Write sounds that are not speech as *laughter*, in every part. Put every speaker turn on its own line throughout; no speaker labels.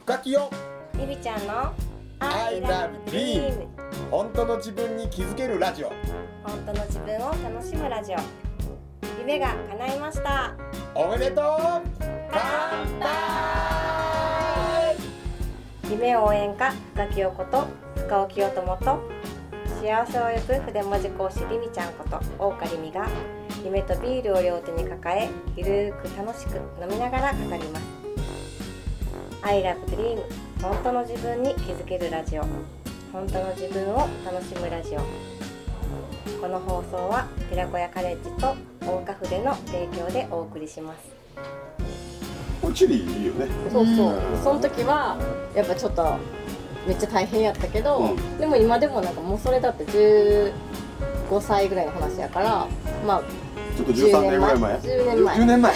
深きよ
ゆりちゃんの
I love dream 本当の自分に気づけるラジオ
本当の自分を楽しむラジオ夢が叶いました
おめでとう乾杯
夢応援歌深木陽子と深尾清友と幸せを呼ぶ筆文字講師りみちゃんこと大岡りみが夢とビールを両手に抱えゆるーく楽しく飲みながら語ります I love dream 本当の自分に気づけるラジオ本当の自分を楽しむラジオこの放送は寺子屋カレッジと大岡筆の提供でお送りします
これチリいいよね
そうそう、
うん
その時はやっぱちょっとめっちゃ大変やったけど、
うん
でも今でもなんかもうそれだって15歳ぐらいの話やからまあ
ちょっと13年ぐらい前
10年前
10年前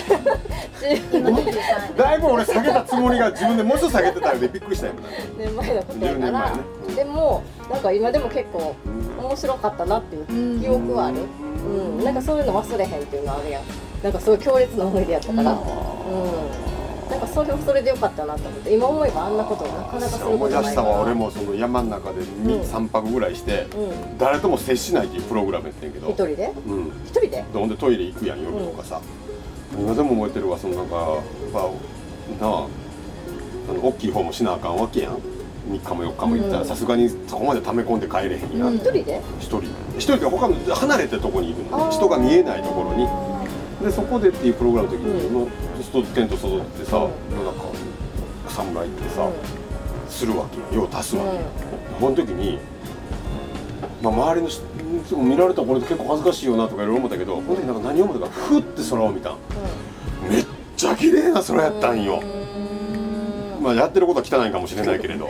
10
だいぶ俺下げたつもりが自分でもうちょっと下げてたよねびっくりしたよね
年前のことやか
10
ら、
年前ね
でもなんか今でも結構面白かったなっていう記憶はある、うんなんかそういうの忘れへんっていうのはあるやんなんかそういう強烈な思い出やったから、うんなんかそれもそれでよかったなと思って今思えばあんなことなかなかすること
思
ない
い出したわ俺
も
もその山の中で
うん
3泊ぐらいして
うん
誰とも接しないっていうプログラムやってんけど
一人で
うん
一人で
でほんでトイレ行くやん夜とかさ、今でも覚えてるわそのなんかやっぱなああの大きい方もしなあかんわけやん3日も4日も行った
う
ら
ん
さすがにそこまで溜め込んで帰れへんやん、
一人で
一人一人って他の離れたとこにいるの
あ
ね
ー
人が見えないところにでそこでっていうプログラムの時に、
う
もう外テント外ってさ、なんか草むら行ってさ、するわけよ用足すわけよ、この時に、まあ、周りの人見られたらこれ結構恥ずかしいよなとかいろいろ思ったけどこの時なんか何を思ったかふって空を見たんめっちゃ綺麗な空やったんよ、まあ、やってることは汚いかもしれないけれど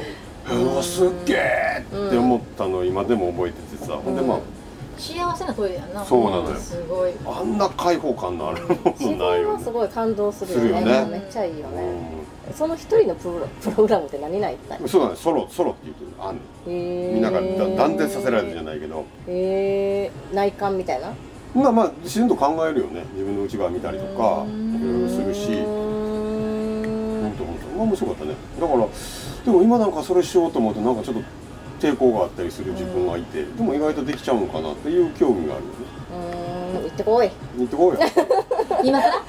うわすっげえって思ったのを今でも覚えててさほんでま
幸せなトイレやんな
そうなのよ
すごい
ああんな開放感のあるも
自
のない
分
よ
は
ね
すごい感動するよね
するよね
めっちゃいいよね、その一人のプロ *laughs* プログラムって何ないったい
うんそうだねソロソロって言うとあんのみんながだ断絶させられるじゃ
い
ないけど
えー、内観みたいな
まあまあ自然と考えるよね自分の内側見たりとかいろいろするし
うー
本
ん
当本当まあ面白かったねだからでも今なんかそれしようと思うとなんかちょっと抵抗があったりする自分がいて、でも意外とできちゃうのかなっていう興味があるよね
うーん行ってこい
行ってこうよ
今から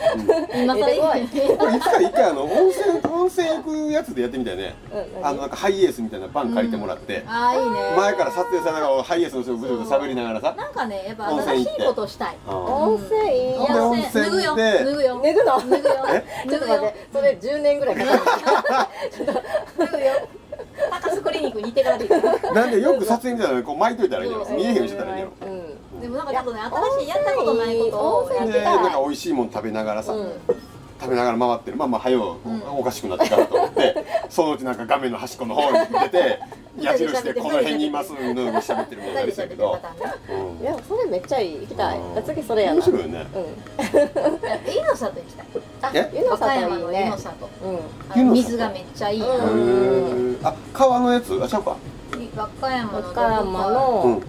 今から
行ってこい
これいつか一回あの温泉温泉行くやつでやってみたいね
うん
あのなんかハイエースみたいなバン借りてもらって、
ああいいね
前から撮影さながらハイエースの人をぐちゃぐちゃ喋りながらさ
なんかねやっぱ新しいことしたい
あ
温泉いいや
ほんで
ん
温泉
脱ぐよ
で
脱ぐよ
脱ぐの
脱ぐよ
*laughs* ちょっ
脱
と待
ぐ
っ
よ
てそれ10年ぐらいかかる
脱ぐよ高須クリニックに行ってからでいいから
ーなんでよく撮影みたいなのにこう巻いといたらいいよ見えへんようにしてたらいいよ
うん
でもなんかちょっとね新しいやったことないことをやっ
温
で
泉いい
て
なんか美味しいもん食べながらさ、
うん
食べながら回ってるまあまあ早うおかしくなってからと思って、そのうちなんか画面の端っこの方に出て矢印でこの辺にいますのように喋ってるみたいな
二人で
したけ
喋っ
ど
てるパターンね
いやそれめっちゃいい行きたい
うん
次それやな
面白いよね
うん
いや湯の里行きたい
あ
え
湯の
和歌
里
山
いい
の湯
ね
の里
うん
あの水がめっちゃいいやん
う
へ
ん
ーあ川のやつあちゃうか
和歌山の
和
どこ
歌山
か
う
の
ん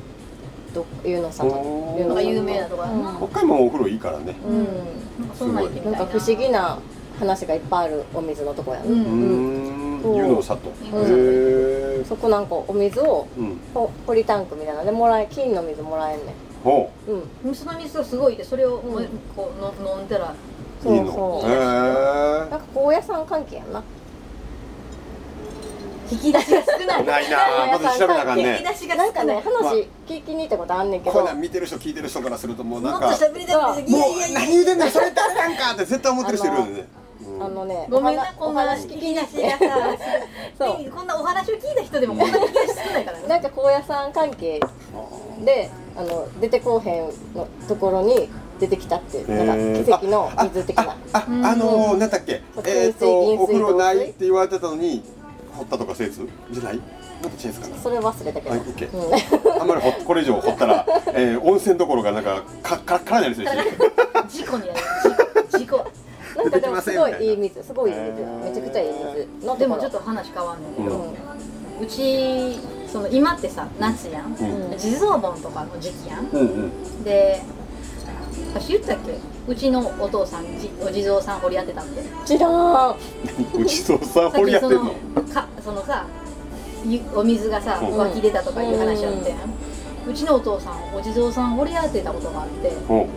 ど湯の里
おー
湯の
なんか
里
有名なとこやんな
北海道もお風呂いいからね
う
うん
ん
なんかそんなん行ってみた
ないんか不思議な話がいっぱいあるお水のとこや
う
な、
うんーん
そう
湯の里へ
ん
え
そこなんかお水を
うん
ポポリタンクみたいなのでもらえ金の水もらえんね
ほ
んうん
その水がすごいでそれをもう
うん
こうの飲んだら
ういい
そう
の
そ
へ
う
え
なんか高野山関係やんな
引き出しが少ない
ないなあまず調べなあかん
引き
ね
出し
*laughs*
が
なん
少
か
な
ね
い
話聞きに行ったことあんねんけ
こうい
ど
うの見てる人聞いてる人からするともう
も
なん
っと
か
喋りたくていや
も
いうやいや
何言うてんねんそれ誰なんかって絶対思ってる人いるよねうん
あのね
ごめ
お
んな
話
こん
お
な
話聞
引き
き
出
に
し
行
が
って
さねこんなお話を聞いた人でもこんな引き出し少ないからね
なんか高野山関係であの出てこうへんのところに出てきたっていうなんか奇跡の水的な
あ、あのー、なんだっけ
そう、
えっ、
水
と、
銀水
お風呂ないって言われてたのに、掘ったとかせず、じゃない。もっとチェンスかな。
それ忘れたけど、
はいオッケー
うん
あんまりほこれ以上掘ったら、えー、温泉どころか、なんか、か、か、からなりするし。
事故にやる事故事
なんかでもすごいいい水、すごいいい水、めちゃくちゃいい水の
故
と
で
こ
もちょ
ろ
っ。と話変わんねんけ
う
ど
ん
うちその今ってさ夏やん
うん、
地蔵盆とかの時期やん
うん、うん、
で私言ったっけうちのお父さんじお地蔵さん掘り当てたって
知らん
うちとさん掘り当てんの
さっきそのかそのさゆお水がさ
うん
湧き出たとかいう話あって、うちのお父さんお地蔵さん掘り当てたことがあって
うん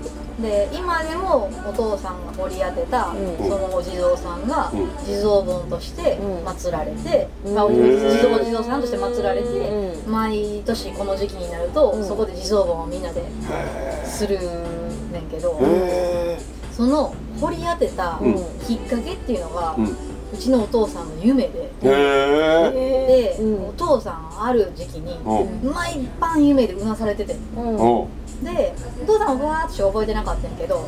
で今でもお父さんが掘り当てた、
うん
そのお地蔵さんが
うん
地蔵本として
うん
祀られて、
うん
まあ、お地
へー
蔵お地蔵さんとして祀られて、
う
毎年この時期になると、
うん
そこで地蔵盆をみんなで
へ
するねんけど、
えへえ
その掘り当てた
うん
きっかけっていうのが、
う
うんちのお父さんの夢で、
へえ
え
で、
うん
お父さんある時期に
うん
毎晩夢でうなされてて
うんうん
うん
でお父さんはわーっとしか覚えてなかったんやけど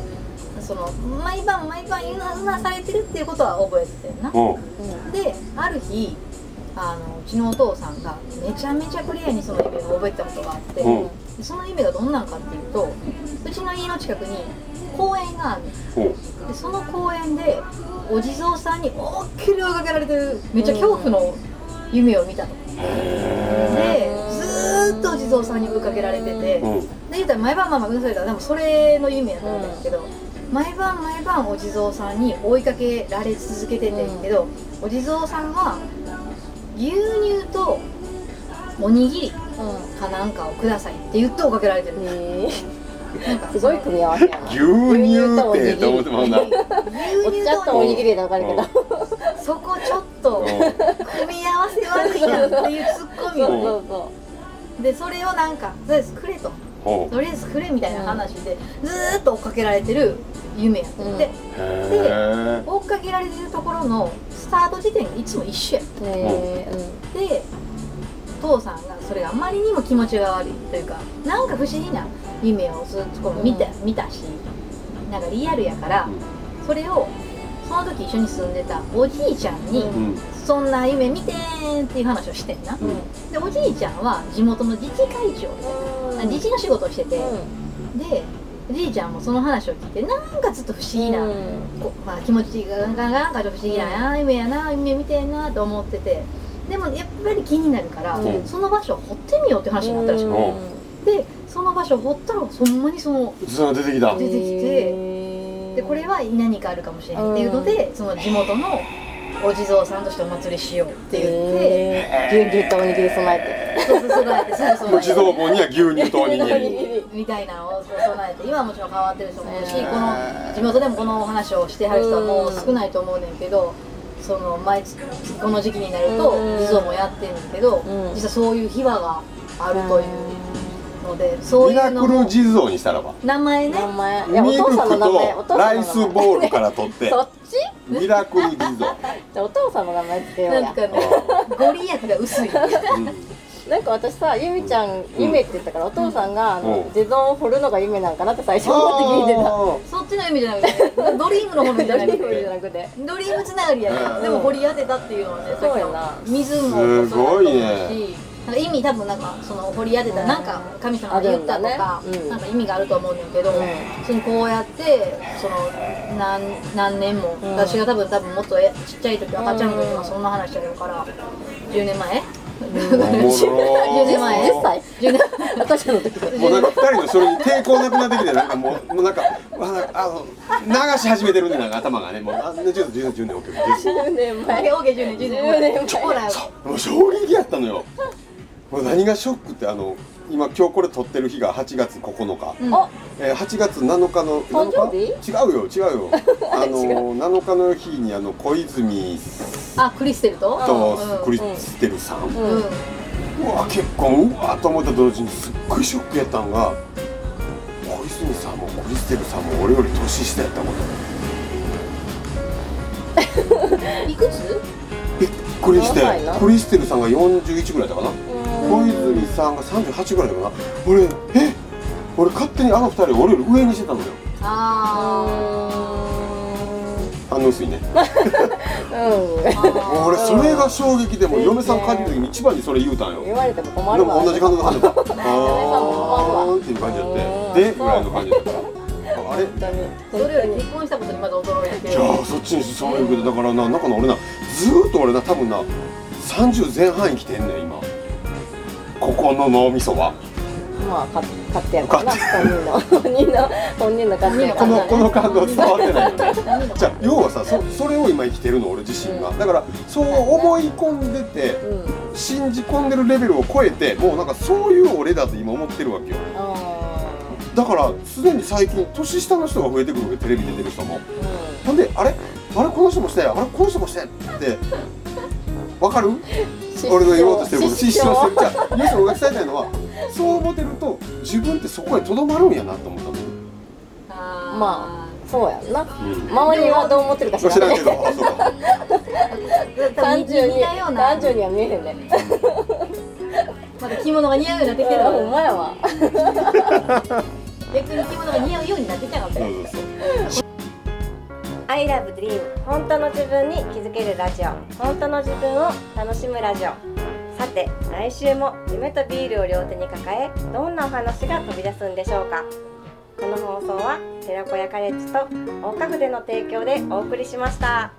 その毎晩毎晩うなうなされてるっていうことは覚えててんな
うん
である日あのうちのお父さんがめちゃめちゃクリアにその夢を覚えてたことがあって、
うん
でその夢がどんなんかっていうとうちの家の近くに公園がある
うん
でその公園でお地蔵さんに大っきり追いかけられてるめっちゃ恐怖の夢を見たとでずーっとお地蔵さんに追いかけられてて
う
で
ん
言ったら毎晩毎晩うなされたらでもそれの夢やったんだけど毎晩毎晩お地蔵さんに追いかけられ続けててんけどお地蔵さんは牛乳とおにぎりかなんかをくださいって言って追いかけられてる
え
なんか
*laughs* ーすごい組み合わせやな
牛乳ってと思ってまうな
お
牛
茶
乳
と
と
おにぎりで分かるけど
そこちょっと組み合わせ悪いやんっていうツッコミ
そう
を
ん
そうそ
でそれをなんかとりあえずくれと
うん
とりあえずくれみたいな話でずーっと追っかけられてる夢やって
うん
で
へ
追っかけられてるところのスタート時点がいつも一緒や
うえー
で父さんがそれがあまりにも気持ちが悪いというかなんか不思議な夢をずっとこう見た,、見たしなんかリアルやからそれをその時一緒に住んでたおじいちゃんに、
うん
うんうん
そんな夢見てーんっていう話をしてんな、
うん
でおじいちゃんは地元の自治会長、
うん
あ自治の仕事をしてて、
うん
でおじいちゃんもその話を聞いてなんかずっと不思議な、
うん
こうまあ、気持ちがなんかなんかちょっと不思議な、夢やな夢見てんなと思っててでもやっぱり気になるから、
うん
その場所を掘ってみようって話になったらしく
ん
てその場所を掘ったらほんまにその
ずん出てきた
うん
出てきてでこれは何かあるかもしれないっていうので、その地元のお地蔵さんとしてお祭りしようって言って。
えー牛牛とおにぎり備え
そうそう備えてそうそ
*laughs*
う
お地蔵
備えて
盆には牛乳とおにぎ
ておにぎ
り
り
みたいなのをそう備えて今はもちろん変わってる人もいるし
へー
この地元でもこのお話をしてはる人はもう少ないと思うねんけどその毎月この時期になると
うん
地蔵もやってるんだけど
うん
実はそういう秘話があるというのでそう
ミ
いう
ラ
の
クル
も
地蔵にしたらば
名前ね
名前い
ミ
やお
ル
父さ
ク
んの名前お
と
父さ
ラ
んの名前
イスボールから取って
そっち
ミラクル地 *laughs* 蔵
じゃあお父さんの名前つけよう
なん
や
かねご利益が薄い
うん
なんか私さゆみちゃん夢って言ったからお父さんがあ
う
の
ん
地蔵を掘るのが夢なんかなって最初思って聞いて *laughs* た
そっちの意味じゃなくてドリームの方みたいな
ドリームじゃなくて
ドリームつながりや
う
ね
ん
でも掘り当てたっていうのはね
そうやな
水も
すごいね
なんか意味多分なんかその掘り当てたなんか神様が言ったとか
あ、るんだねうん
なんか意味があると思うんだけど、
うん
そのこうやってその何何年も、
うん
私が多分多分もっとえちっちゃい時赤ちゃんの時
う
は
ん
そんな話してるから10年前
おも
10年前
ろ
10歳
10年
私らの時
もうなんか二人のそれに抵抗なくなってきてなんかもうもうなんかあの流し始めてるんでなんか頭がねもうあんな10年10年 OK
10年
オー
前 *laughs*
ケーオーケー10年10年
10年前
ほら
もう衝撃やったのよもう何がショックってあの今今日これ撮ってる日が8月9日、
うん
あ
えー、8月7日の
誕生日
7日違うよ違うよあの7日の日にあの小泉
あクリステルと
と
うん
クリステルさん、う
うん
うん
わ結婚うわと思った同時にすっごいショックやったんが小泉さんもクリステルさんも俺より年下やったこと
いくつ
びっくりして
やばいな
クリステルさんが41ぐらいだったかな小泉さんが38ぐらいだかな俺え俺勝手にあの2人を俺より上にしてたのよ
あ
あの薄いね
うん
ーあ
もう
ー
俺それが衝撃でもう
全然
嫁さん帰ってきた時に一番にそれ言うたんよ
言われても困
で
るわ
も同じ感動で反応だったあ
わ
ーんっていう感じやってでぐらいの感じだったからあれ
本当に
それより結婚したことにまだ驚いて
じゃあそっちにそういうけどだからな中の俺なずーっと俺な多分な30前半生きてんねん今ここの脳みそは
まあか勝手やからな本人の本人の本人の勝手やか
こ
ら
の
な
この感動伝わって *laughs* ないよね
何の
じゃあ要はさそそれを今生きてるの俺自身がだからそう思い込んでて
うん
信じ込んでるレベルを超えてもうなんかそういう俺だと今思ってるわけよ
あ
だからすでに最近年下の人が増えてくるわけテレビ出てる人も
ーうん
ほんであれあれこの人もしてあれこの人もしてってわかる俺の言おうとしてること失笑するじゃあむしろ俺が伝えたいのはそう思ってると自分ってそこへとどまるんやなと思ったの
あ
まそうやんな
うん
周りはどう思ってるか
そう
知
知
ら
ら
なんい
けどあそうか
ー多
三
分
十に
似たような
三十には見えへんね
また着物が似合うようになってきてる
ほんまやわ
逆に着物が似合うようになってきたかった
そ
よ
うそうそう
「ILOVEDREAM 本当の自分に気づけるラジオ」「本当の自分を楽しむラジオ」さて来週も夢とビールを両手に抱えどんなお話が飛び出すんでしょうかこの放送は寺子屋カレッジと大花筆の提供でお送りしました。